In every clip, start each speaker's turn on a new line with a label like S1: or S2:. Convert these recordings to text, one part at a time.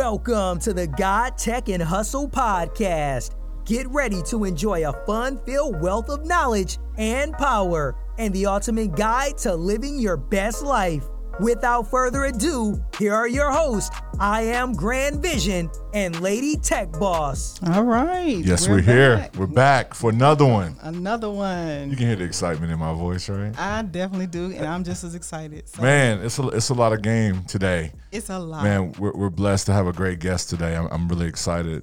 S1: Welcome to the God Tech and Hustle podcast. Get ready to enjoy a fun filled wealth of knowledge and power and the ultimate guide to living your best life. Without further ado, here are your hosts. I am Grand Vision and Lady Tech Boss.
S2: All right.
S3: Yes, we're, here.
S2: back.
S3: We're back for another one.
S2: Another one.
S3: You can hear the excitement in my voice, right?
S2: I definitely do, and I'm just as excited. So
S3: Man, it's a it's a lot of game today.
S2: it's a lot.
S3: Man, we're, we're blessed to have a great guest today. I'm, I'm really excited.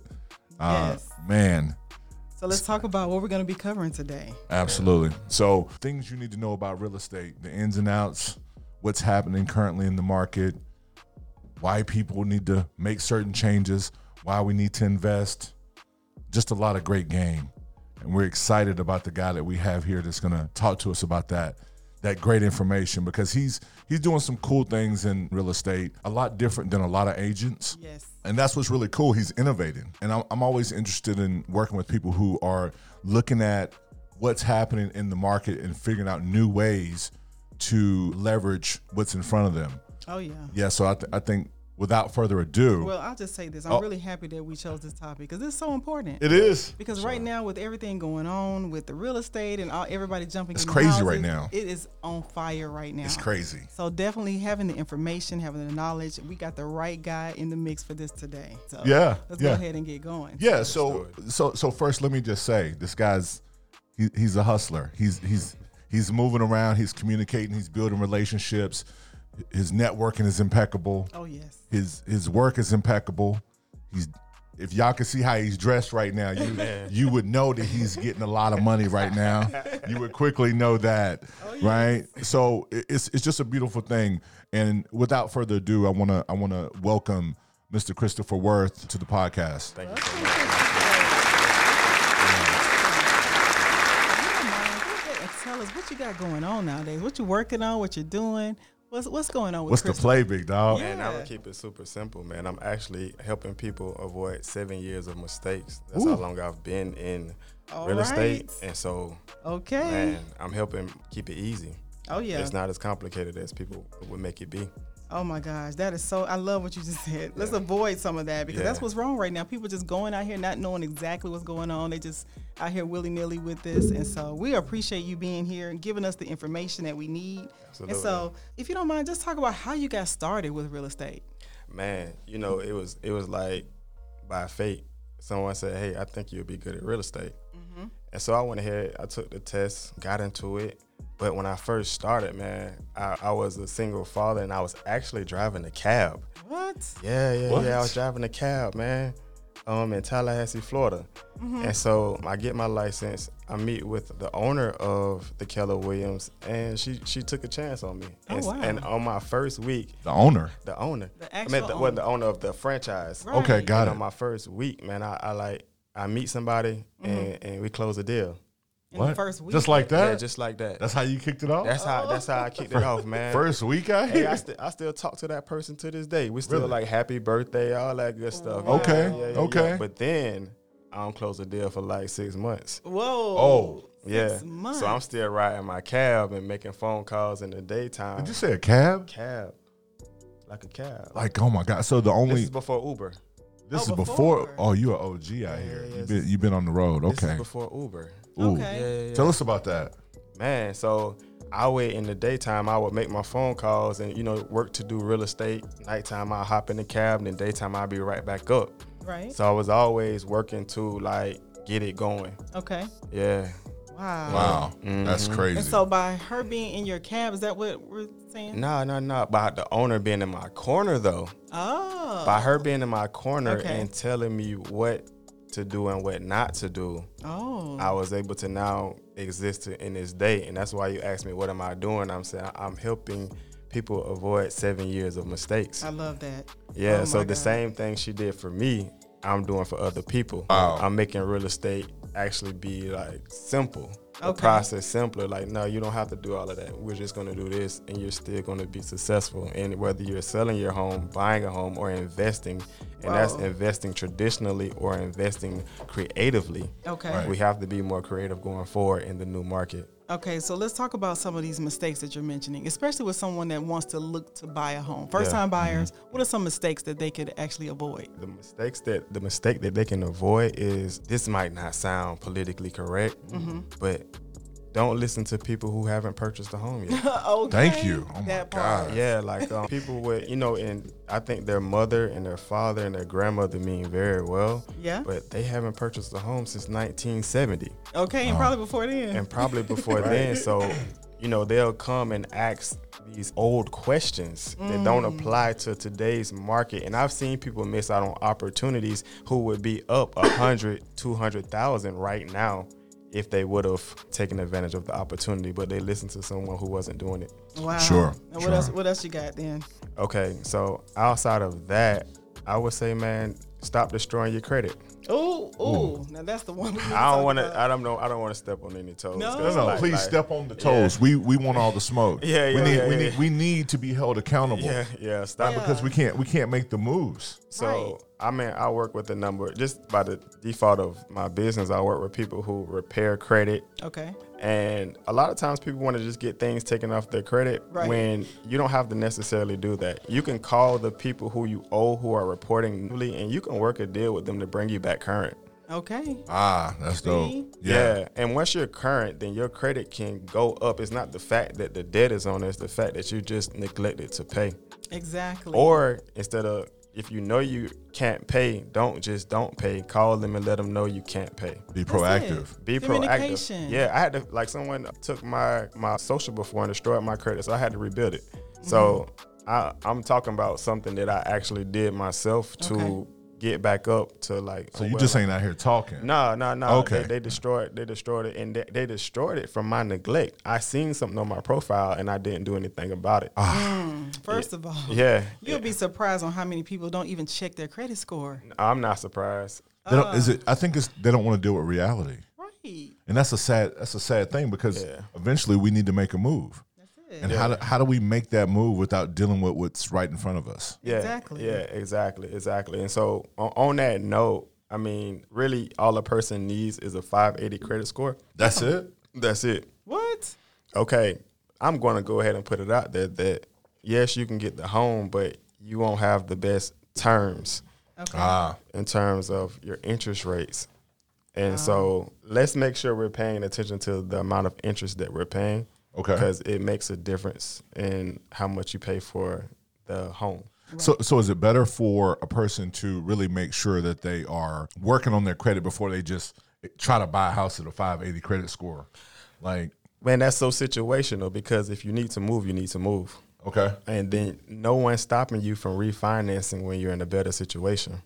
S3: Uh,
S2: Yes.
S3: Man,
S2: So let's talk about what we're going to be covering today.
S3: absolutely. So, things you need to know about real estate, the ins and outs, what's happening currently in the market, why people need to make certain changes, why we need to invest. Just a lot of great game. And we're excited about the guy that we have here that's gonna talk to us about that, that great information because he's he's doing some cool things in real estate, a lot different than a lot of agents.
S2: Yes.
S3: And that's what's really cool. He's innovating. And I'm, I'm always interested in working with people who are looking at what's happening in the market and figuring out new ways to leverage what's in front of them.
S2: Oh, yeah.
S3: Yeah, so I, th- I think without further ado,
S2: Well, I'll just say this. I'm
S3: Oh.
S2: really happy that we chose this topic because it's so important.
S3: it is.
S2: because right now, with everything going on with the real estate and all everybody jumping,
S3: It's
S2: in
S3: crazy
S2: houses,
S3: right now.
S2: It is on fire right now.
S3: It's crazy.
S2: So definitely having the information, having the knowledge, we got the right guy in the mix for this today. So
S3: Yeah,
S2: let's go
S3: yeah.
S2: ahead and get going.
S3: Yeah, so so so first let me just say this guy's he, he's a hustler. He's he's he's moving around, he's communicating, he's building relationships. His networking is impeccable.
S2: Oh yes.
S3: His his work is impeccable. He's if y'all can see how he's dressed right now, you you would know that he's getting a lot of money right now. You would quickly know that,
S4: Oh,
S3: right? So i- it's it's just a beautiful thing. And without further ado, I wanna I wanna welcome Mr. Christopher Worth to the podcast.
S4: Thank you so much.
S2: Come on, go ahead and Tell us what you got going on nowadays. What you working on? What you're doing? What's what's going on with
S3: What's the
S2: Crystal?
S3: play, big dog?
S4: Man, I'm
S2: Yeah.
S4: gonna keep it super simple, man. I'm actually helping people avoid seven years of mistakes. That's how long I've been in
S2: All
S4: real estate,
S2: right.
S4: and so
S2: Okay.
S4: man, I'm helping keep it easy.
S2: Oh yeah.
S4: It's not as complicated as people would make it be.
S2: oh my gosh, that is so. I love what you just said. Let's avoid some of that because that's
S4: Yeah.
S2: what's wrong right now. People just going out here not knowing exactly what's going on. They just out here willy nilly with this, and so we appreciate you being here and giving us the information that we need.
S4: Absolutely.
S2: And so, if you don't mind, just talk about how you got started with real estate.
S4: Man, you know, it was it was like by fate. Someone said, "Hey, I think you'll be good at real estate,"
S2: Mm-hmm.
S4: and so I went ahead. I took the test, got into it. But when I first started, man, I, I was a single father, and I was actually driving a cab.
S2: What?
S4: Yeah, yeah,
S3: What?
S4: yeah. I was driving a cab, man, um, in Tallahassee, Florida.
S2: Mm-hmm.
S4: And so I get my license. I meet with the owner of the Keller Williams, and she she took a chance on me.
S2: Oh,
S4: and,
S2: wow.
S4: and on my first week,
S3: The owner.
S4: the owner,
S2: The
S4: I mean,
S2: actual
S4: the, well, the owner of the franchise.
S2: Right.
S3: Okay, got
S4: And
S3: it.
S4: on my first week, man, I, I like I meet somebody
S2: Mm-hmm.
S4: and, and we close a deal.
S2: In the first week.
S3: Just like that?
S4: Yeah, just like that.
S3: that's how you kicked it off?
S4: That's how that's how I kicked it off, man.
S3: First week I
S4: Hey,
S3: hit.
S4: I, st- I still talk to that person to this day. We still
S3: Really? Oh.
S4: like happy birthday, all that good stuff.
S3: Okay, okay.
S4: But then I don't close the deal for like six months.
S2: Whoa.
S3: Oh.
S4: Yeah.
S2: Six months.
S4: So I'm still riding my cab and making phone calls in the daytime.
S3: Did you say a cab?
S4: cab? Like a cab.
S3: Like, oh my God. So the
S4: this
S3: only
S4: is before Uber.
S3: this
S2: Oh,
S3: is before,
S2: before.
S3: oh, you're an OG out here.
S4: yeah,
S3: You've
S4: this
S3: been you've been on the road.
S4: This
S3: Okay.
S4: is before Uber.
S3: Ooh.
S2: Okay.
S4: Yeah, yeah, yeah.
S3: Tell us about that.
S4: man. So I would in the daytime I would make my phone calls and you know work to do real estate. Nighttime I hop in the cab and then daytime I'd be right back up.
S2: Right.
S4: So I was always working to like get it going.
S2: okay.
S4: Yeah. Mm-hmm.
S2: Wow.
S3: Wow. That's crazy.
S2: And so by her being in your cab, is that what we're saying?
S4: No, no, no. By the owner being in my corner though.
S2: Oh.
S4: By her being in my corner
S2: Okay.
S4: and telling me what to do and what not to do,
S2: oh.
S4: I was able to now exist to- in this day. And that's why you asked me what am I doing? I'm saying I'm helping people avoid seven years of mistakes.
S2: I love that.
S4: Yeah,
S2: Oh
S4: so
S2: my
S4: the
S2: God.
S4: same thing she did for me, I'm doing for other people. I'm making real estate actually be like simple. the
S2: Okay.
S4: process simpler. Like, no, you don't have to do all of that. We're just going to do this, and you're still going to be successful. And whether you're selling your home, buying a home, or investing, and that's
S2: Wow.
S4: investing traditionally or investing creatively.
S2: Okay.
S4: We have to be more creative going forward in the new market.
S2: Okay, so let's talk about some of these mistakes that you're mentioning, especially with someone that wants to look to buy a home. First time
S4: Mm-hmm.
S2: buyers, what are some mistakes that they could actually avoid?
S4: The mistakes that the mistake that they can avoid is this might not sound politically correct, but don't listen to people who haven't purchased a home yet.
S2: okay.
S3: Thank you. Oh my
S2: that
S3: God.
S2: part.
S4: Yeah, like um, people with you know, and I think their mother and their father and their grandmother mean very well.
S2: Yeah.
S4: But they haven't purchased a home since 1970,
S2: Okay,
S3: Uh-huh.
S2: and probably before then.
S4: and probably before then. So, you know, they'll come and ask these old questions that don't apply to today's market. And I've seen people miss out on opportunities who would be up a hundred, two hundred thousand right now if they would have taken advantage of the opportunity, but they listened to someone who wasn't doing it.
S2: wow.
S3: Sure,
S2: And what
S3: sure.
S2: else? What else you got then?
S4: Okay, so outside of that, I would say, man, stop destroying your credit.
S2: Oh, oh, now that's the one. We
S4: I don't want
S2: want
S4: to. I don't know. I don't want to step on any toes.
S2: No.
S4: 'cause
S3: No,
S4: like-
S3: please
S4: like-
S3: step on the toes. We we want all the smoke.
S4: Yeah,
S3: we
S4: yeah,
S3: need,
S4: yeah,
S3: we
S4: yeah.
S3: need we need to be held accountable
S4: Yeah, yeah. Stop.
S2: Yeah.
S4: it.
S3: because we can't we can't make the moves.
S4: So
S2: Right.
S4: I mean, I work with a number just by the default of my business. I work with people who repair credit,
S2: Okay.
S4: and a lot of times people want to just get things taken off their credit
S2: Right.
S4: when you don't have to necessarily do that. You can call the people who you owe who are reporting newly, and you can work a deal with them to bring you back current.
S2: Okay.
S3: Ah, that's
S2: See?
S3: dope.
S4: Yeah. And once you're current, then your credit can go up. It's not the fact that the debt is on it, it's the fact that you just neglected to pay.
S2: Exactly.
S4: Or instead of if you know you can't pay, don't just don't pay. Call them and let them know you can't pay.
S2: That's
S3: Be
S2: it.
S3: proactive.
S4: Be
S2: Communication.
S4: proactive. Yeah, I had to like someone took my my social before and destroyed my credit, so I had to rebuild it. So
S2: Mm-hmm.
S4: I, I'm talking about something that I actually did myself to
S2: Okay.
S4: get back up to like.
S3: So you just ain't out here talking.
S4: No, no, no.
S3: Okay.
S4: They, they destroyed. They destroyed it, and they, they destroyed it from my neglect. I seen something on my profile, and I didn't do anything about it.
S3: Ah.
S2: First of all,
S4: Yeah,
S2: you'll be surprised on how many people don't even check their credit score.
S4: I'm not surprised.
S3: They don't, is it? I think it's they don't want to deal with reality,
S2: Right.
S3: and that's a sad that's a sad thing because
S4: Yeah.
S3: eventually we need to make a move.
S2: it.
S3: And how do, how do we make that move without dealing with what's right in front of us?
S4: Yeah,
S2: Exactly.
S4: Yeah, exactly, exactly. And so on, on that note, I mean, really, all a person needs is a 580 credit score.
S3: That's it.
S4: That's it.
S2: What?
S4: Okay, I'm going to go ahead and put it out there that yes, you can get the home, but you won't have the best terms.
S2: Okay.
S3: Ah,
S4: in terms of your interest rates.
S2: Ah.
S4: And so let's make sure we're paying attention to the amount of interest that we're paying.
S3: Okay.
S4: Because it makes a difference in how much you pay for the home.
S3: so so is it better for a person to really make sure that they are working on their credit before they just try to buy a house at a 580 credit score? Like,
S4: Man, that's so situational because if you need to move, you need to move.
S3: okay,
S4: And then no one's stopping you from refinancing when you're in a better situation.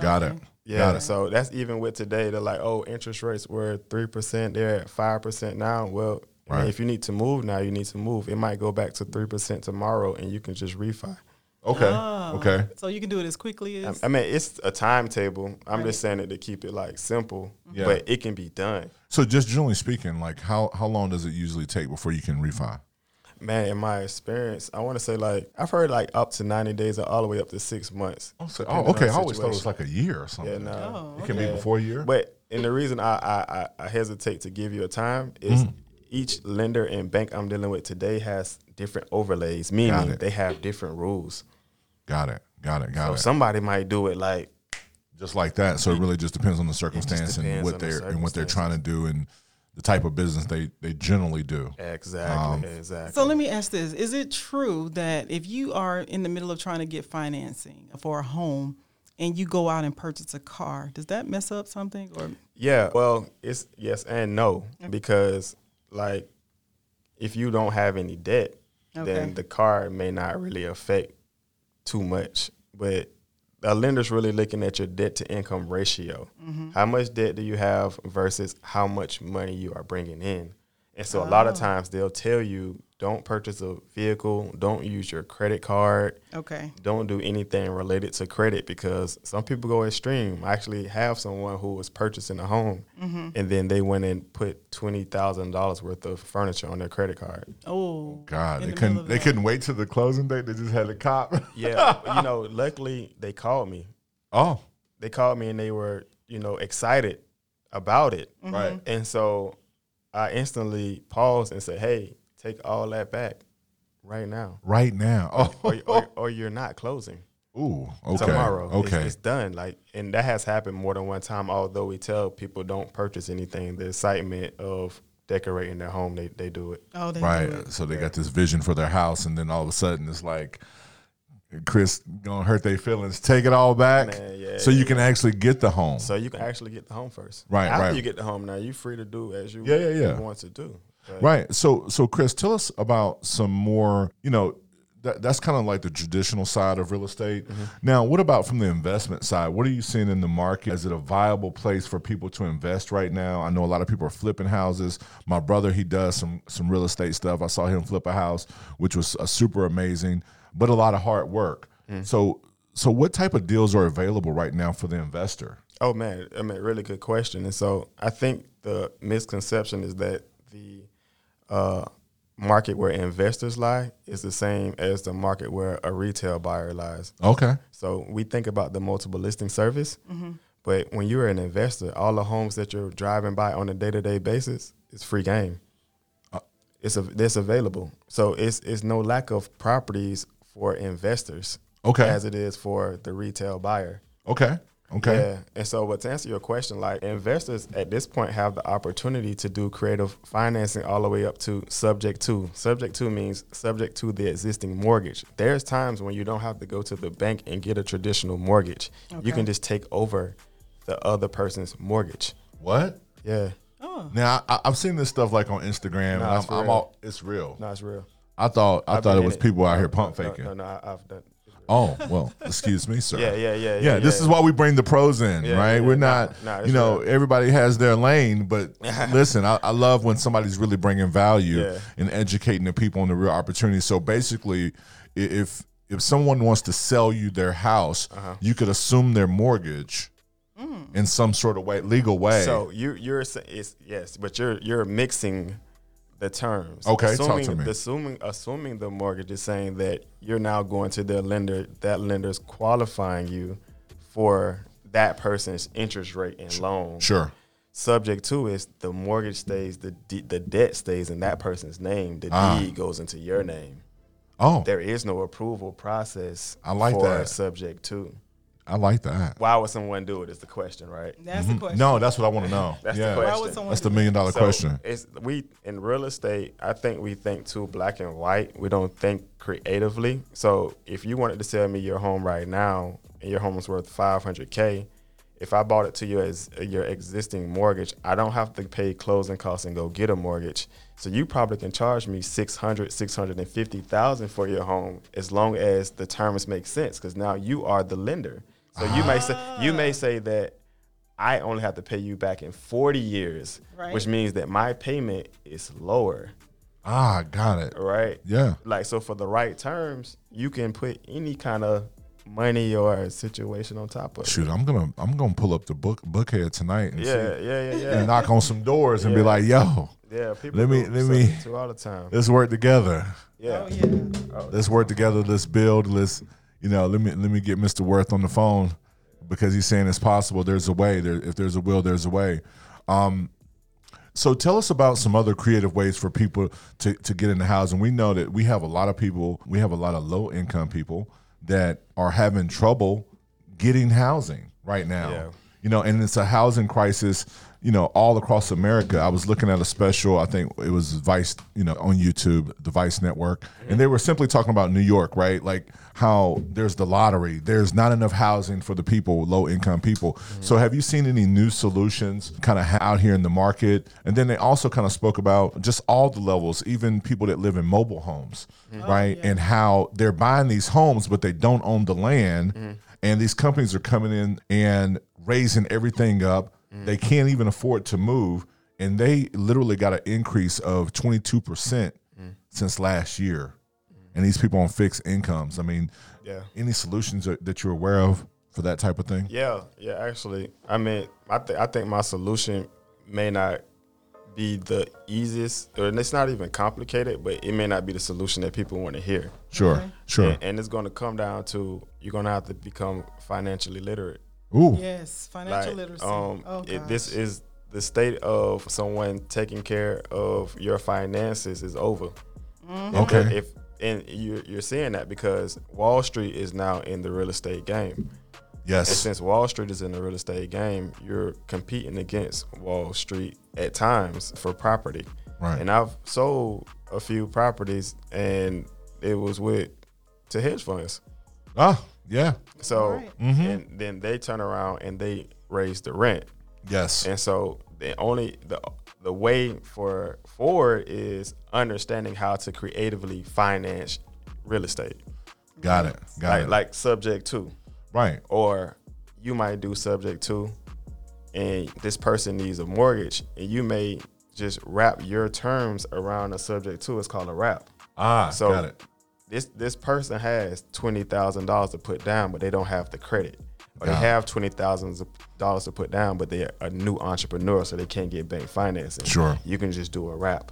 S3: got it.
S4: Yeah. So that's even with today. They're like, oh, interest rates were three percent. They're at five percent now. Well, I mean,
S3: Right.
S4: if you need to move now, you need to move. It might go back to three percent tomorrow, and you can just refi.
S3: Okay,
S4: Oh.
S3: okay.
S2: So you can do it as quickly
S4: I,
S2: as
S4: I mean, it's a timetable. I'm just saying it to keep it like simple,
S3: Yeah.
S4: but it can be done.
S3: So just generally speaking, like how how long does it usually take before you can refi?
S4: Man, in my experience, I want to say like I've heard like up to ninety days, or all the way up to six months.
S3: oh,
S4: depending
S3: okay.
S4: on
S3: I always
S4: the
S3: thought it was
S4: situation.
S3: like a year or something.
S4: Yeah, no.
S3: It can be before a year.
S4: But and the reason I, I I- I hesitate to give you a time is each lender and bank I'm dealing with today has different overlays, meaning
S3: it.
S4: they have different rules.
S3: got it. Got it. Got
S4: So
S3: it.
S4: somebody might do it like
S3: just like that. So it really just depends on the circumstance and
S4: depends
S3: what
S4: on the
S3: they're and what they're trying to do and the type of business they they generally do.
S4: exactly, exactly.
S2: So let me ask this: Is it true that if you are in the middle of trying to get financing for a home and you go out and purchase a car, does that mess up something? Or
S4: yeah, well, it's yes and no because like if you don't have any debt,
S2: Okay.
S4: then the car may not really affect too much, but a lender's really looking at your debt to income ratio. How much debt do you have versus how much money you are bringing in? And so a lot of times they'll tell you don't purchase a vehicle, don't use your credit card,
S2: Okay.
S4: don't do anything related to credit because some people go extreme. I actually have someone who was purchasing a home and then they went and put $20,000 worth of furniture on their credit card.
S2: Oh.
S3: God,
S2: in the
S3: they
S2: middle
S3: couldn't.
S2: of
S3: They
S2: that.
S3: couldn't wait till the closing date. They just had a cop.
S4: Yeah, but, you know, luckily they called me.
S3: oh,
S4: They called me and they were, you know, excited about it.
S3: right.
S4: And so I instantly paused and said, hey, take all that back right now.
S3: Right now.
S4: Or,
S3: Oh,
S4: or, or you're not closing.
S3: ooh. Okay.
S4: tomorrow. It's-
S3: Okay.
S4: It's, done. Like, and that has happened more than one time. Although we tell people don't purchase anything, the excitement of decorating their home, they, they do it.
S2: Oh, they
S3: right.
S2: do
S4: Mm-hmm.
S2: it.
S3: So they got this vision for their house, and then all of a sudden it's like, Chris gonna hurt their feelings. Take it all back,
S4: Man, yeah,
S3: so you can actually get the home.
S4: So you can actually get the home first.
S3: Right,
S4: After
S3: right.
S4: you get the home, now you're free to do as you
S3: Yeah, yeah, yeah.
S4: want to do. But
S3: Right. So, so Chris, tell us about some more. You know, that, that's kind of like the traditional side of real estate. Now, what about from the investment side? What are you seeing in the market? Is it a viable place for people to invest right now? I know a lot of people are flipping houses. My brother, he does some some real estate stuff. I saw him flip a house, which was uh, super amazing, but a lot of hard work. So, so what type of deals are available right now for the investor?
S4: Oh man, I mean, really good question. And so I think the misconception is that the uh, market where investors lie is the same as the market where a retail buyer lies.
S3: Okay.
S4: So we think about the multiple listing service, but when you're an investor, all the homes that you're driving by on a day to day basis is free game. Uh, It's a, it's available, so it's it's no lack of properties for investors,
S3: Okay.
S4: as it is for the retail buyer.
S3: Okay. Okay.
S4: Yeah, and so, but to answer your question, like investors at this point have the opportunity to do creative financing all the way up to subject to. Subject to means subject to the existing mortgage. There's times when you don't have to go to the bank and get a traditional mortgage. You can just take over the other person's mortgage.
S3: What?
S4: Yeah,
S2: Oh.
S3: Now I, I've seen this stuff like on Instagram. and
S4: Nah,
S3: I'm,
S4: it's
S3: I'm
S4: real.
S3: all it's real.
S4: no, it's real.
S3: I thought I
S4: I've
S3: thought it
S4: been in
S3: was people out here pump
S4: No,
S3: faking.
S4: No, no, I, I've done.
S3: Oh well, excuse me, sir.
S4: Yeah, yeah, yeah,
S3: Yeah,
S4: yeah,
S3: this
S4: yeah.
S3: is why we bring the pros in,
S4: Yeah,
S3: right?
S4: yeah,
S3: We're
S4: nah,
S3: not,
S4: nah, it's
S3: you know,
S4: real.
S3: everybody has their lane, but listen, I, I love when somebody's really bringing value
S4: Yeah.
S3: and educating the people on the real opportunity. So basically, i- if if someone wants to sell you their house,
S4: Uh-huh.
S3: you could assume their mortgage in some sort of way, legal way.
S4: So you you're sa- it's yes, but you're you're mixing the terms.
S3: Okay, talk to
S4: assuming,
S3: me.
S4: Assuming assuming the mortgage is saying that you're now going to their lender, that lender's qualifying you for that person's interest rate and loan.
S3: sure.
S4: Subject to is the mortgage stays, the de- the debt stays in that person's name, the
S3: Ah.
S4: deed goes into your name.
S3: Oh,
S4: There is no approval process.
S3: I like
S4: for
S3: that.
S4: Subject to.
S3: I like that.
S4: Why would someone do it? Is the question, right?
S2: That's the question.
S3: Mm-hmm. No, that's what I want to know.
S4: That's the
S3: yeah.
S2: Why
S4: question.
S2: would someone
S3: That's
S2: do
S3: the million dollar
S4: So,
S3: question.
S4: It's we in real estate. I think we think too black and white. We don't think creatively. So if you wanted to sell me your home right now and your home was worth 500k, if I bought it to you as your existing mortgage, I don't have to pay closing costs and go get a mortgage. So you probably can charge me 600, 650,000 for your home as long as the terms make sense because now you are the lender. So you may say you
S3: Ah.
S4: may say that I only have to pay you back in 40 years,
S2: Right.
S4: which means that my payment is lower,
S3: Ah, got it.
S4: right?
S3: Yeah.
S4: Like, so for the right terms, you can put any kind of money or situation on top of it.
S3: Shoot, I'm gonna I'm gonna pull up the book bookhead tonight and,
S4: Yeah,
S3: see,
S4: yeah, yeah,
S3: and
S4: yeah.
S3: knock on some doors and be
S4: Yeah.
S3: like, yo,
S4: Yeah, people
S3: Let me-
S4: do
S3: let me- Oh,
S4: subject to all the time.
S3: let's work together.
S4: Yeah.
S2: Oh, yeah.
S3: Let's work together. Let's build. Let's you know. Let me let me get Mr. Worth on the phone because he's saying it's possible. There's a way. There if there's a will, there's a way. Um, so tell us about some other creative ways for people to to get into housing. We know that we have a lot of people. We have a lot of low income people that are having trouble getting housing right now.
S4: Yeah.
S3: you know, and it's a housing crisis, you know, all across America. I was looking at a special, I think it was Vice, you know, on YouTube, the Vice Network, and they were simply talking about New York, right? Like how there's the lottery, there's not enough housing for the people, low income people. So, have you seen any new solutions kind of out here in the market? And then they also kind of spoke about just all the levels, even people that live in mobile homes, right? And how they're buying these homes, but they don't own the land. And these companies are coming in and raising everything up. They can't even afford to move. And they literally got an increase of 22% since last year, and these people on fixed incomes. I mean,
S4: Yeah.
S3: any solutions that that you're aware of for that type of thing?
S4: Yeah, yeah. Actually, I mean, I think I think my solution may not be the easiest, or it's not even complicated, but it may not be the solution that people want to hear.
S3: Sure, sure.
S4: And, and it's going to come down to you're going to have to become financially literate.
S3: Ooh,
S2: Yes, financial
S4: Like,
S2: literacy.
S4: Um,
S2: oh,
S4: it- this
S2: gosh.
S4: is the state of someone taking care of your finances is over.
S3: Mm-hmm. okay.
S4: If and you're, you're seeing that because Wall Street is now in the real estate game. And
S3: yes,
S4: since Wall Street is in the real estate game, you're competing against Wall Street at times for property.
S3: Right.
S4: And I've sold a few properties and it was with to hedge funds.
S3: ah, yeah,
S4: So
S2: Right.
S3: Mm-hmm.
S4: and then they turn around and they raise the rent.
S3: yes,
S4: And so the only the the way for forward is understanding how to creatively finance real estate.
S3: got it, got
S4: Like
S3: it.
S4: like subject two.
S3: right,
S4: or you might do subject to and this person needs a mortgage and you may just wrap your terms around a subject to it's called a wrap
S3: ah,
S4: so
S3: got it.
S4: this this person has $20000 to put down but they don't have the credit or they
S3: Got it.
S4: have $20000 to put down but they're a new entrepreneur so they can't get bank financing
S3: Sure.
S4: you can just do a wrap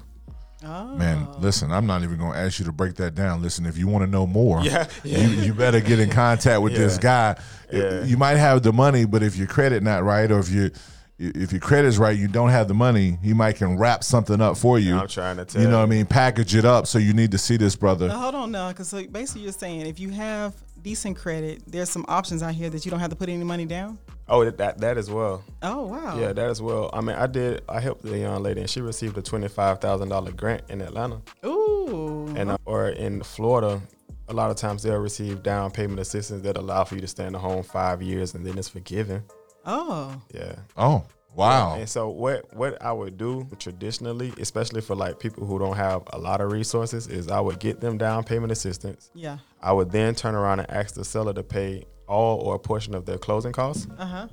S3: Man, listen, I'm not even going to ask you to break that down. Listen, if you want to know more, You, you better get in contact with this guy. You might have the money, but if your credit not right, or if you if your credit's right, you don't have the money. He might can wrap something up for you.
S4: I'm trying to tell
S3: you know what I
S4: you.
S3: mean. Package it up, so you need to see this brother.
S2: Now, hold on now, because so basically you're saying if you have decent credit, there's some options out here that you don't have to put any money down.
S4: oh that that as well
S2: Oh wow.
S4: yeah that as well i mean i did i helped the young lady and she received a $25000 grant in atlanta
S2: Ooh.
S4: and uh,
S3: Uh-huh.
S4: or in Florida, a lot of times they'll receive down payment assistance that allow for you to stay in the home five years and then it's forgiven.
S2: Oh.
S4: Yeah.
S3: Oh, wow.
S4: And so what what I would do traditionally, especially for like people who don't have a lot of resources, is I would get them down payment assistance.
S2: Yeah.
S4: I would then turn around and ask the seller to pay all or a portion of their closing costs.
S2: Uh huh.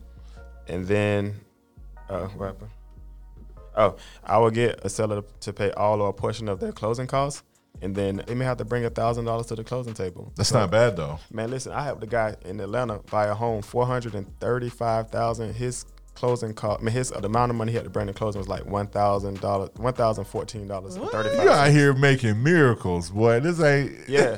S4: and then uh, what happened? Oh, I would get a seller to pay all or a portion of their closing costs, and then they may have to bring a thousand dollars to the closing table.
S3: That's not bad though.
S4: Man, listen, I helped a guy in Atlanta buy a home four hundred and thirty-five thousand. His closing cost, I mean, his the amount of money he had to bring to closing was like one thousand dollars, one thousand fourteen dollars and
S3: You
S4: thirty-five.
S3: out here making miracles, boy. This ain't
S4: Yeah,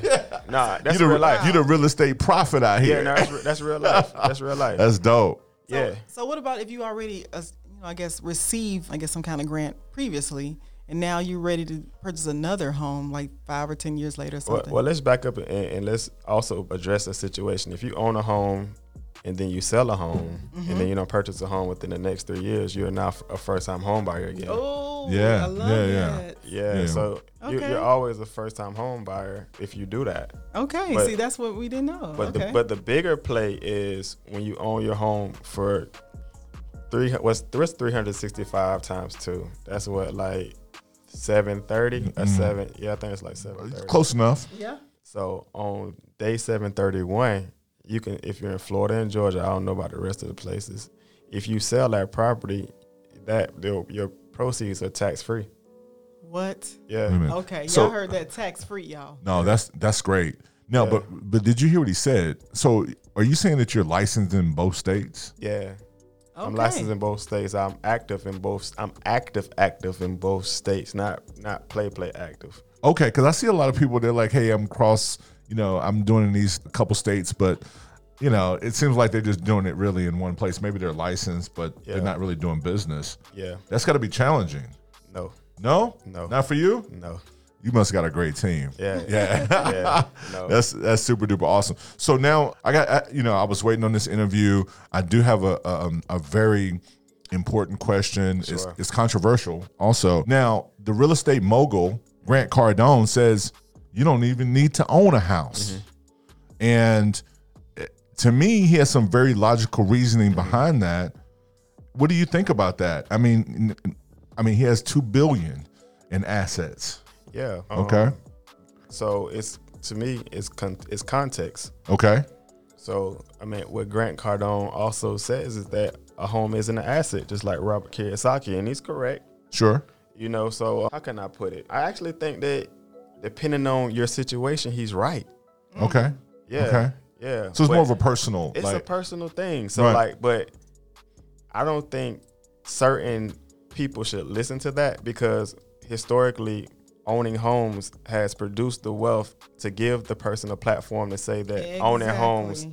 S4: nah, that's
S3: you the
S4: real life.
S3: You the real estate prophet out
S4: yeah,
S3: here.
S4: no, that's, re- that's real life. That's real life.
S3: That's dope.
S4: yeah.
S2: So what about if you already, uh, you know, I guess received, I guess some kind of grant previously, and now you're ready to purchase another home, like five or ten years later or
S4: Well,
S2: something.
S4: well, let's back up and, and let's also address a situation. If you own a home and then you sell a home
S3: Mm-hmm.
S4: and then you don't purchase a home within the next three years, you're now a first time home buyer again.
S2: oh.
S3: Yeah,
S2: I love
S3: yeah, yeah.
S2: that.
S4: Yeah,
S3: Yeah.
S4: so you,
S2: Okay.
S4: you're always a first time home buyer if you do that.
S2: Okay.
S4: But-
S2: See, that's what we didn't know.
S4: But
S2: okay.
S4: the but the bigger play is when you own your home for three what's what's three hundred sixty five times two. That's what like seven thirty
S3: Mm-hmm.
S4: or seven. Yeah, I think it's like seven thirty.
S3: Close enough.
S2: yeah.
S4: So on day 731, you can, if you're in Florida and Georgia, I don't know about the rest of the places. If you sell that property, that your, your proceeds are tax free.
S2: What?
S3: Wait a
S4: Yeah.
S3: minute.
S2: Okay. Y'all
S3: So-
S2: heard that tax free, y'all.
S3: No, that's that's great. No, but but did you hear what he said? So are you saying that you're licensed in both states?
S4: Yeah.
S2: Okay.
S4: I'm licensed in both states. I'm active in both. I'm active, active in both states. Not, not play, play active.
S3: Okay, because I see a lot of people they're like, hey, I'm cross, you know, I'm doing in these couple states, but you know, it seems like they're just doing it really in one place. Maybe they're licensed, but
S4: Yeah.
S3: they're not really doing business.
S4: Yeah.
S3: That's got to be challenging.
S4: No.
S3: No,
S4: No.
S3: not for you.
S4: No.
S3: You must have got a great team.
S4: Yeah.
S3: yeah.
S4: Yeah. No.
S3: Oh. That's that's super duper awesome. So now I got I, you know I was waiting on this interview. I do have a a, um, a very important question. It's,
S4: Sure.
S3: it's controversial. Also, now the real estate mogul Grant Cardone says you don't even need to own a house, and eh, to me he has some very logical reasoning behind that. What do you think about that? I mean, n- I mean he has two billion in assets.
S4: Yeah. Um,
S3: Okay,
S4: So it's to me, it's con- it's context.
S3: okay,
S4: So, I mean, what Grant Cardone also says is that a home isn't an asset, just like Robert Kiyosaki, and he's correct.
S3: sure.
S4: uh, You know, so how can I put it? I actually think that depending on your situation, he's right.
S3: Okay.
S4: Mm-hmm. Yeah.
S3: Okay.
S4: Yeah.
S3: So it's more of
S4: but-
S3: a personal.
S4: it's a
S3: like,
S4: personal thing. So
S3: Right.
S4: like, but I don't think certain people should listen to that because historically owning homes has produced the wealth to give the person a platform to say that owning homes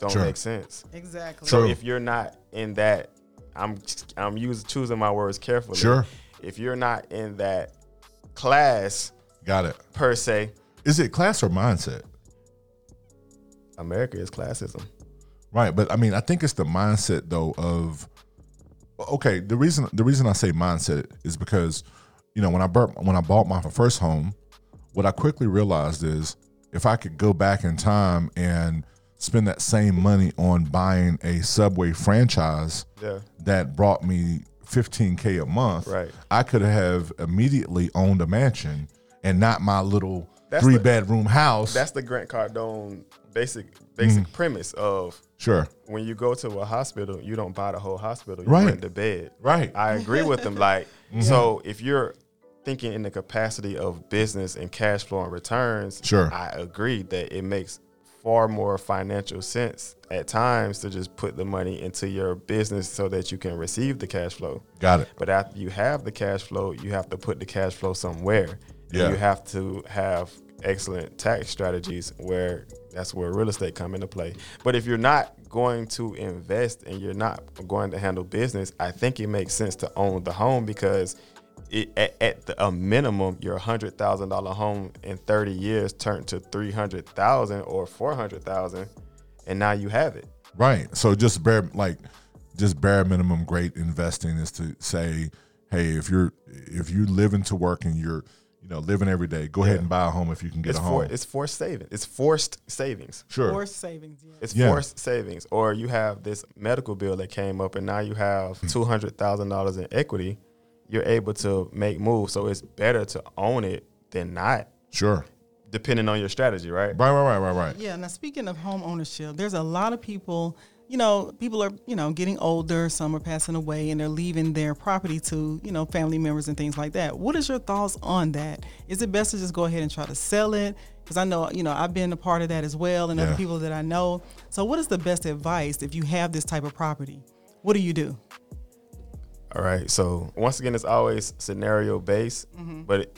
S4: don't
S3: Sure.
S4: make sense.
S2: Exactly.
S3: True.
S4: So if you're not in that, I'm I'm using choosing my words carefully.
S3: Sure.
S4: If you're not in that class
S3: got it.
S4: per se,
S3: Is it class or mindset?
S4: America is classism.
S3: Right, but I mean, I think it's the mindset though of okay. The reason the reason I say mindset is because you know when I bought when I bought my first home, what I quickly realized is if I could go back in time and spend that same money on buying a Subway franchise
S4: Yeah.
S3: that brought me 15k a month,
S4: Right.
S3: I could have immediately owned a mansion and not my little
S4: That's the-
S3: three bedroom house.
S4: That's the Grant Cardone basic basic
S3: Mm.
S4: premise of
S3: sure,
S4: when you go to a hospital, you don't buy the whole hospital. You
S3: Right.
S4: rent the bed.
S3: Right. Mm-hmm.
S4: I agree with them. Like, so if you're thinking in the capacity of business and cash flow and returns,
S3: Sure.
S4: I agree that it makes far more financial sense at times to just put the money into your business so that you can receive the cash flow.
S3: got it.
S4: But after you have the cash flow, you have to put the cash flow somewhere. And
S3: Yeah.
S4: You have to have excellent tax strategies where that's where real estate come into play. But if you're not going to invest and you're not going to handle business, I think it makes sense to own the home because it, at, at the, a minimum, your hundred thousand dollar home in thirty years turned to three hundred thousand or four hundred thousand, and now you have it.
S3: Right. So just bare like just bare minimum great investing is to say, hey, if you're if you living to work and you're you know living every day, go ahead and buy a home if you can get
S4: It's
S3: a
S4: for,
S3: home.
S4: it's forced savings. It's forced savings.
S3: sure.
S2: Forced savings. Yeah.
S4: It's
S3: Yeah.
S4: forced savings, or you have this medical bill that came up, and now you have two hundred thousand dollars in equity. You're able to make moves, so it's better to own it than not,
S3: Sure.
S4: depending on your strategy, right?
S3: Right. Right. Right. Right. Right.
S2: Yeah. Now speaking of home ownership, there's a lot of people. You know, people are you know getting older. Some are passing away, and they're leaving their property to you know family members and things like that. What is your thoughts on that? Is it best to just go ahead and try to sell it? Because I know you know I've been a part of that as well, and
S3: Yeah.
S2: other people that I know. So, what is the best advice if you have this type of property? What do you do?
S4: All right. So once again, it's always scenario based, but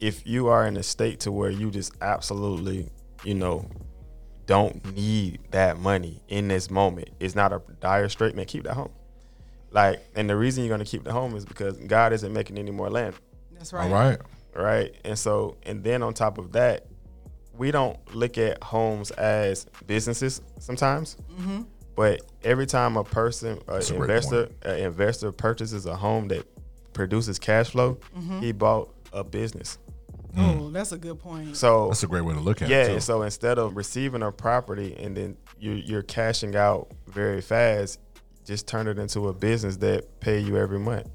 S4: if you are in a state to where you just absolutely, you know, don't need that money in this moment, it's not a dire strait. Man, keep that home. Like, and the reason you're going to keep the home is because God isn't making any more land.
S2: That's
S3: All right.
S4: right? And so, and then on top of that, we don't look at homes as businesses sometimes. But every time a person, an
S3: a great
S4: investor,
S3: point.
S4: an investor purchases a home that produces cash flow, he bought a business.
S3: Mm.
S2: Oh, that's a good point.
S4: So
S3: That's a great way to look at
S4: yeah,
S3: it. too.
S4: and so instead of receiving a property and then you're, you're cashing out very fast, just turn it into a business that pay you every month.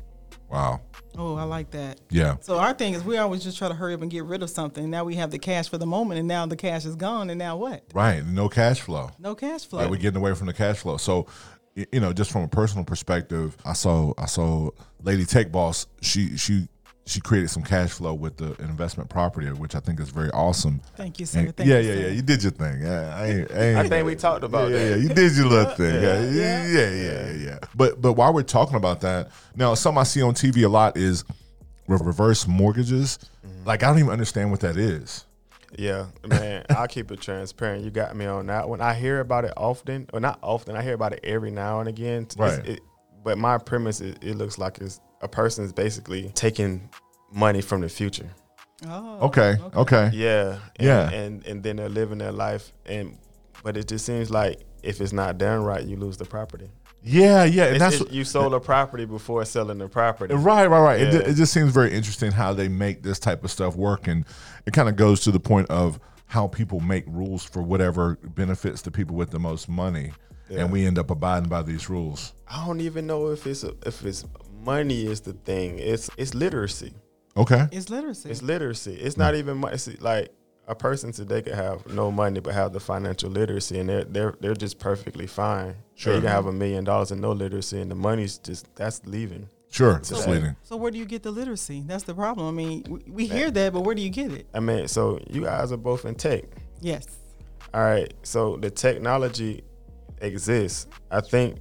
S3: wow.
S2: Oh, I like that.
S3: Yeah.
S2: So our thing is we always just try to hurry up and get rid of something. Now we have the cash for the moment, and now the cash is gone, and now what?
S3: Right. No cash flow.
S2: No cash flow.
S3: Like we're getting away from the cash flow. So, y- you know, just from a personal perspective, I saw I saw Lady Tech Boss. She she she created some cash flow with the investment property, which I think is very awesome.
S2: Thank you, sir.
S3: And-
S2: Thank
S3: yeah,
S2: you,
S3: yeah,
S2: sir.
S3: yeah. You did your thing. Yeah, I, ain't, I, ain't,
S4: I think we talked
S3: yeah,
S4: about
S3: yeah,
S4: that.
S3: yeah. You did your little thing. Yeah, yeah, yeah, yeah, yeah, yeah. But but while we're talking about that, now something I see on TV a lot is re- reverse mortgages.
S4: Mm-hmm.
S3: Like I don't even understand what that is.
S4: Yeah, man, I'll keep it transparent. You got me on that one. I hear about it often, or not often. I hear about it every now and again. It's-
S3: Right.
S4: it- but my premise is it looks like it's a person's basically taking money from the future.
S2: Oh,
S3: Okay, okay.
S4: Yeah. And,
S3: Yeah.
S4: And and then they're living their life, and but it just seems like if it's not done right, you lose the property.
S3: Yeah, yeah. And
S4: It's-
S3: that's
S4: it-
S3: what-
S4: you sold a property before selling the property.
S3: Right, right, right. It,
S4: Yeah.
S3: ju- it just seems very interesting how they make this type of stuff work, and it kind of goes to the point of how people make rules for whatever benefits the people with the most money, and we end up abiding by these rules.
S4: I don't even know if it's if it's money is the thing. It's it's literacy.
S3: Okay,
S2: It's literacy.
S4: It's literacy. It's not even money. See, like a person today could have no money but have the financial literacy, and they're they're they're just perfectly fine. Sure, you can have a million dollars and no literacy, and the money's just that's leaving.
S3: Sure, it's misleading.
S2: So where do you get the literacy? That's the problem. I mean, we, we hear that, but where do you get it?
S4: I mean, so you guys are both in tech.
S2: Yes.
S4: All right. So the technology exists. I think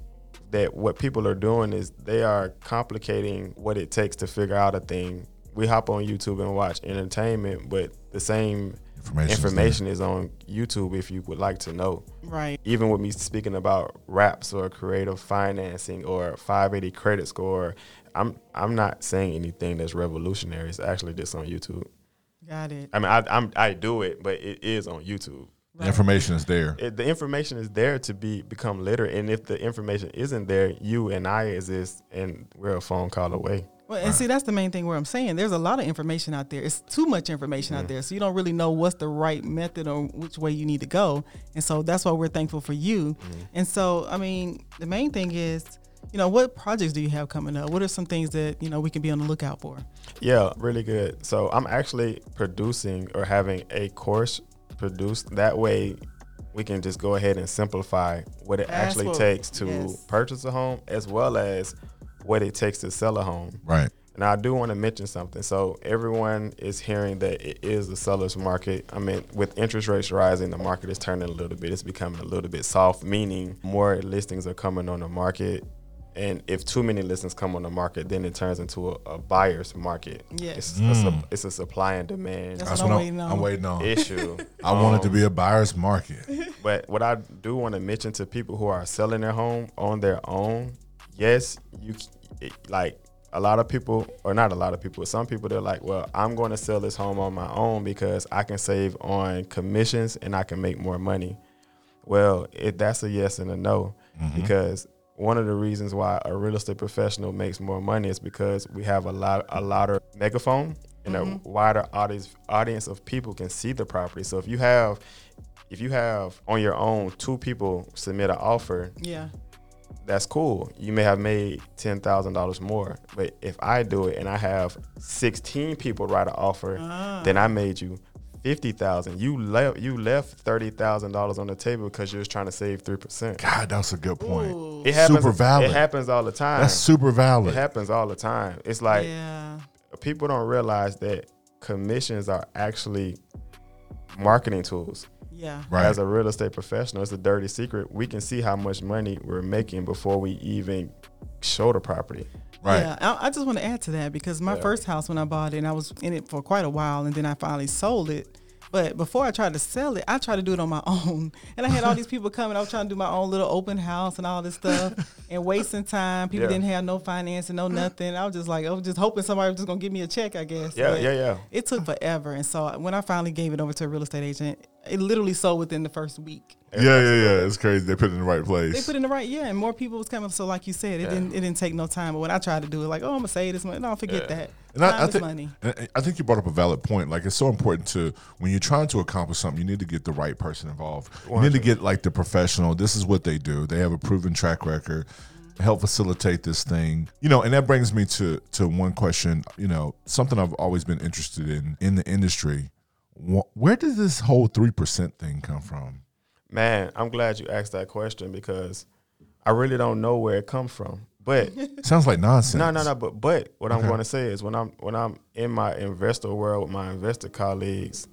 S4: that what people are doing is they are complicating what it takes to figure out a thing. We hop on YouTube and watch entertainment, but the same
S3: Information's
S4: information is on YouTube if you would like to know.
S2: Right.
S4: Even with me speaking about raps or creative financing or 580 credit score, I'm I'm not saying anything that's revolutionary. It's actually just on YouTube.
S2: Got it.
S4: I mean, I I'm, I do it, but it is on YouTube.
S3: The information is there.
S4: It, the information is there to be become literate, and if the information isn't there, you and I exist, and we're a phone call away.
S2: Well, and see, that's the main thing where I'm saying there's a lot of information out there. It's too much information out there. So you don't really know what's the right method or which way you need to go. And so that's why we're thankful for you. And so, I mean, the main thing is, you know, what projects do you have coming up? What are some things that, you know, we can be on the lookout for?
S4: Yeah, really good. So I'm actually producing or having a course produced. That way, we can just go ahead and simplify what it
S2: That's
S4: actually
S2: what-
S4: takes to
S2: yes.
S4: purchase a home, as well as what it takes to sell a home.
S3: Right.
S4: And I do want to mention something. So everyone is hearing that it is the seller's market. I mean, with interest rates rising, the market is turning a little bit. It's becoming a little bit soft, meaning more listings are coming on the market. And if too many listings come on the market, then it turns into a, a buyer's market.
S2: Yes.
S4: It's, a, sup- it's a supply and demand
S2: That's
S3: That's
S2: what
S3: what
S2: I'm
S3: I'm
S2: waiting on.
S3: I'm waiting on.
S4: issue.
S3: I want it to
S4: Um,
S3: be a buyer's market.
S4: But what I do want to mention to people who are selling their home on their own, yes, you c- it- like a lot of people, or not a lot of people, some people they're like, well, I'm going to sell this home on my own because I can save on commissions and I can make more money. Well, it, that's a yes and a no because one of the reasons why a real estate professional makes more money is because we have a lot a louder megaphone and a wider audience audience of people can see the property. So if you have if you have on your own two people submit an offer,
S2: Yeah.
S4: that's cool. You may have made ten thousand dollars more, but if I do it and I have sixteen people write an offer,
S3: Ah.
S4: then I made you fifty thousand. You left you left thirty thousand dollars on the table because you're trying to save three percent.
S3: God, that's a good point.
S4: It happens.
S3: Super valid.
S4: It happens all the time.
S3: That's super
S4: it
S3: valid.
S4: happens all the time. It's like
S2: yeah.
S4: people don't realize that commissions are actually marketing tools.
S2: Yeah.
S3: right.
S4: As a real estate professional, it's a dirty secret. We can see how much money we're making before we even show the property.
S3: right.
S2: Yeah, I, I just want to add to that because my first house when I bought it, and I was in it for quite a while, and then I finally sold it. But before I tried to sell it, I tried to do it on my own, and I had all these people coming. I was trying to do my own little open house and all this stuff, and wasting time. People
S4: Yeah. Mm.
S2: didn't have no financing, no nothing. I was just like, I was just hoping somebody was just gonna give me a check, I guess.
S4: Yeah,
S2: But
S4: yeah, yeah.
S2: It took forever, and so when I finally gave it over to a real estate agent, it literally sold within the first week.
S3: Yeah, yeah, yeah. It's crazy. They put it in the right
S2: They
S3: place.
S2: put in the right, yeah, and more people was coming. So, like you said, it didn't it didn't take no time. But when I tried to do it, like, oh, I'm gonna save this money. No, forget that.
S3: And I,
S2: time
S3: I
S2: is
S3: think,
S2: money.
S3: and I- I think you brought up a valid point. Like it's so important to when you're trying to accomplish something, you need to get the right person involved. You need to get like the professional. This is what they do. They have a proven track record. Help facilitate this thing, you know. And that brings me to to one question. You know, something I've always been interested in in the industry. Wh- Where does this whole three percent thing come from?
S4: Man, I'm glad you asked that question because I really don't know where it comes from. But
S3: Sounds like nonsense.
S4: no, no, no. But but what I'm going to say is when I'm when I'm in my investor world with my investor colleagues,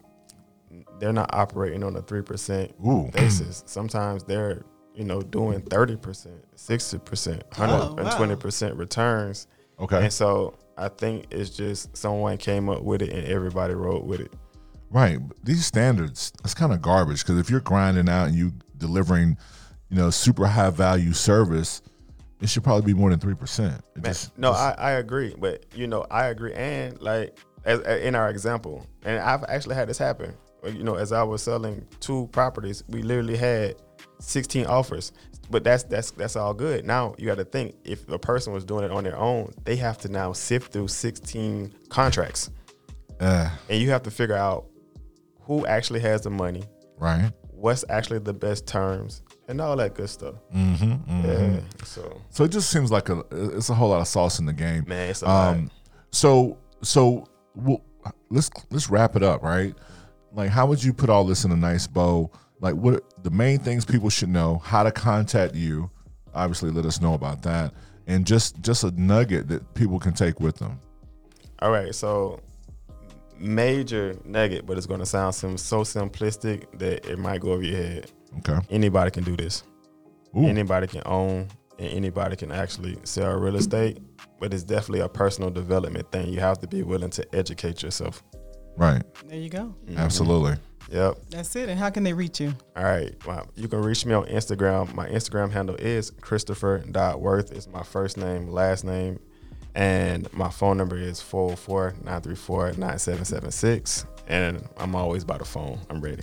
S4: they're not operating on a three percent
S3: Ooh.
S4: basis. Sometimes they're you know doing thirty percent, sixty percent,
S2: wow.
S4: hundred and twenty percent returns.
S3: Oh, Okay.
S4: And so I think it's just someone came up with it and everybody rolled with it.
S3: Right. but These standards, that's kind of garbage because if you're grinding out and you delivering, you know, super high value service, it should probably be more than 3%. It just-
S4: No,
S3: just-
S4: I, I agree, but you know, I agree, and like as, a- in our example, and I've actually had this happen. Like, You know, as I was selling two properties, we literally had sixteen offers, but that's that's that's all good. Now you got to think if a person was doing it on their own, they have to now sift through sixteen contracts,
S3: uh,
S4: and you have to figure out who actually has the money,
S3: right.
S4: what's actually the best terms, and all that good stuff.
S3: Mm-hmm,
S4: Yeah, so
S3: So it just seems like a it's a whole lot of sauce in the game.
S4: man, it's a lot.
S3: Um, so so well, let's let's wrap it up, right? Like, how would you put all this in a nice bow? Like, what the main things people should know? How to contact you? obviously let us know about that and just just a nugget that people can take with them.
S4: All right, so major nugget, but it's going to sound sim- so simplistic that it might go over your head.
S3: Okay.
S4: Anybody can do this.
S3: Ooh.
S4: Anybody can own, and anybody can actually sell real estate. But it's definitely a personal development thing. You have to be willing to educate yourself.
S3: Right.
S2: There you go.
S3: Mm. Absolutely.
S4: Yep.
S2: That's it. And how can they reach you?
S4: All right. Wow. You can reach me on Instagram. My Instagram handle is Christopher Worth. It's my first name, last name. And my phone number is 404 934 9776. And I'm always by the phone. I'm ready.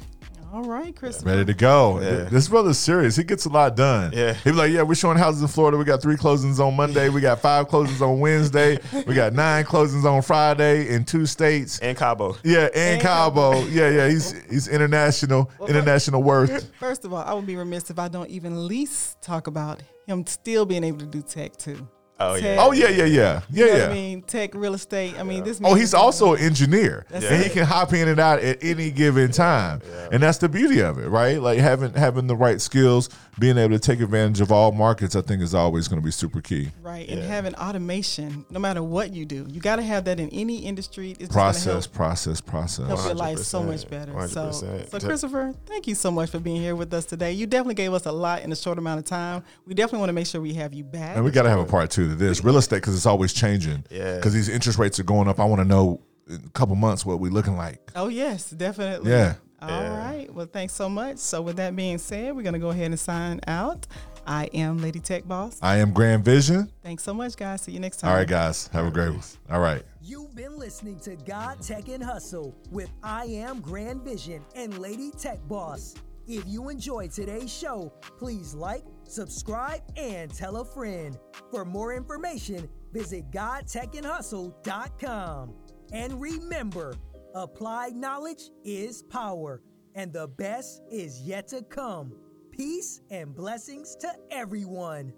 S2: All right, Christopher.
S3: Ready to go.
S4: Yeah.
S3: This brother's serious. He gets a lot done.
S4: Yeah.
S3: He be like, yeah, we're showing houses in Florida. We got three closings on Monday. We got five closings on Wednesday. We got nine closings on Friday in two states.
S4: And Cabo.
S3: Yeah, and Cabo. Yeah, yeah. He's he's international. International worth.
S2: First of all, I would be remiss if I don't even least talk about him still being able to do tech too.
S4: Oh, yeah.
S2: Tech,
S3: Oh yeah, yeah, yeah, yeah,
S2: you know what
S3: yeah.
S2: I mean, tech real estate. I mean, this.
S3: Oh,
S2: man-
S3: he's also an engineer,
S2: That's
S3: and he
S2: it.
S3: can hop in and out at any given time, and that's the beauty of it, right? Like having having the right skills, being able to take advantage of all markets, I think is always going to be super key.
S2: right, and having automation. No matter what you do, you got to have that in any industry. It's just gonna
S3: Process, process,
S2: Help, help
S3: process.
S2: your life so much
S4: 100%,
S2: better. So,
S4: 100%.
S2: so Christopher, thank you so much for being here with us today. You definitely gave us a lot in a short amount of time. We definitely want to make sure we have you back.
S3: And we got to have a part two to this real estate because it's always changing.
S4: Yeah.
S3: Because these interest rates are going up. I want to know in a couple months what we looking like.
S2: Oh yes, definitely.
S3: Yeah.
S2: All right. Well, thanks so much. So with that being said, we're gonna go ahead and sign out. I am Lady Tech Boss.
S3: I am Grand Vision.
S2: Thanks so much, guys. See you next time.
S3: All right, guys, have a great one. All right.
S1: You've been listening to God Tech and Hustle with I Am Grand Vision and Lady Tech Boss. If you enjoyed today's show, please like, subscribe, and tell a friend. For more information, visit GodTechAndHustle.com. And remember, applied knowledge is power, and the best is yet to come. Peace and blessings to everyone.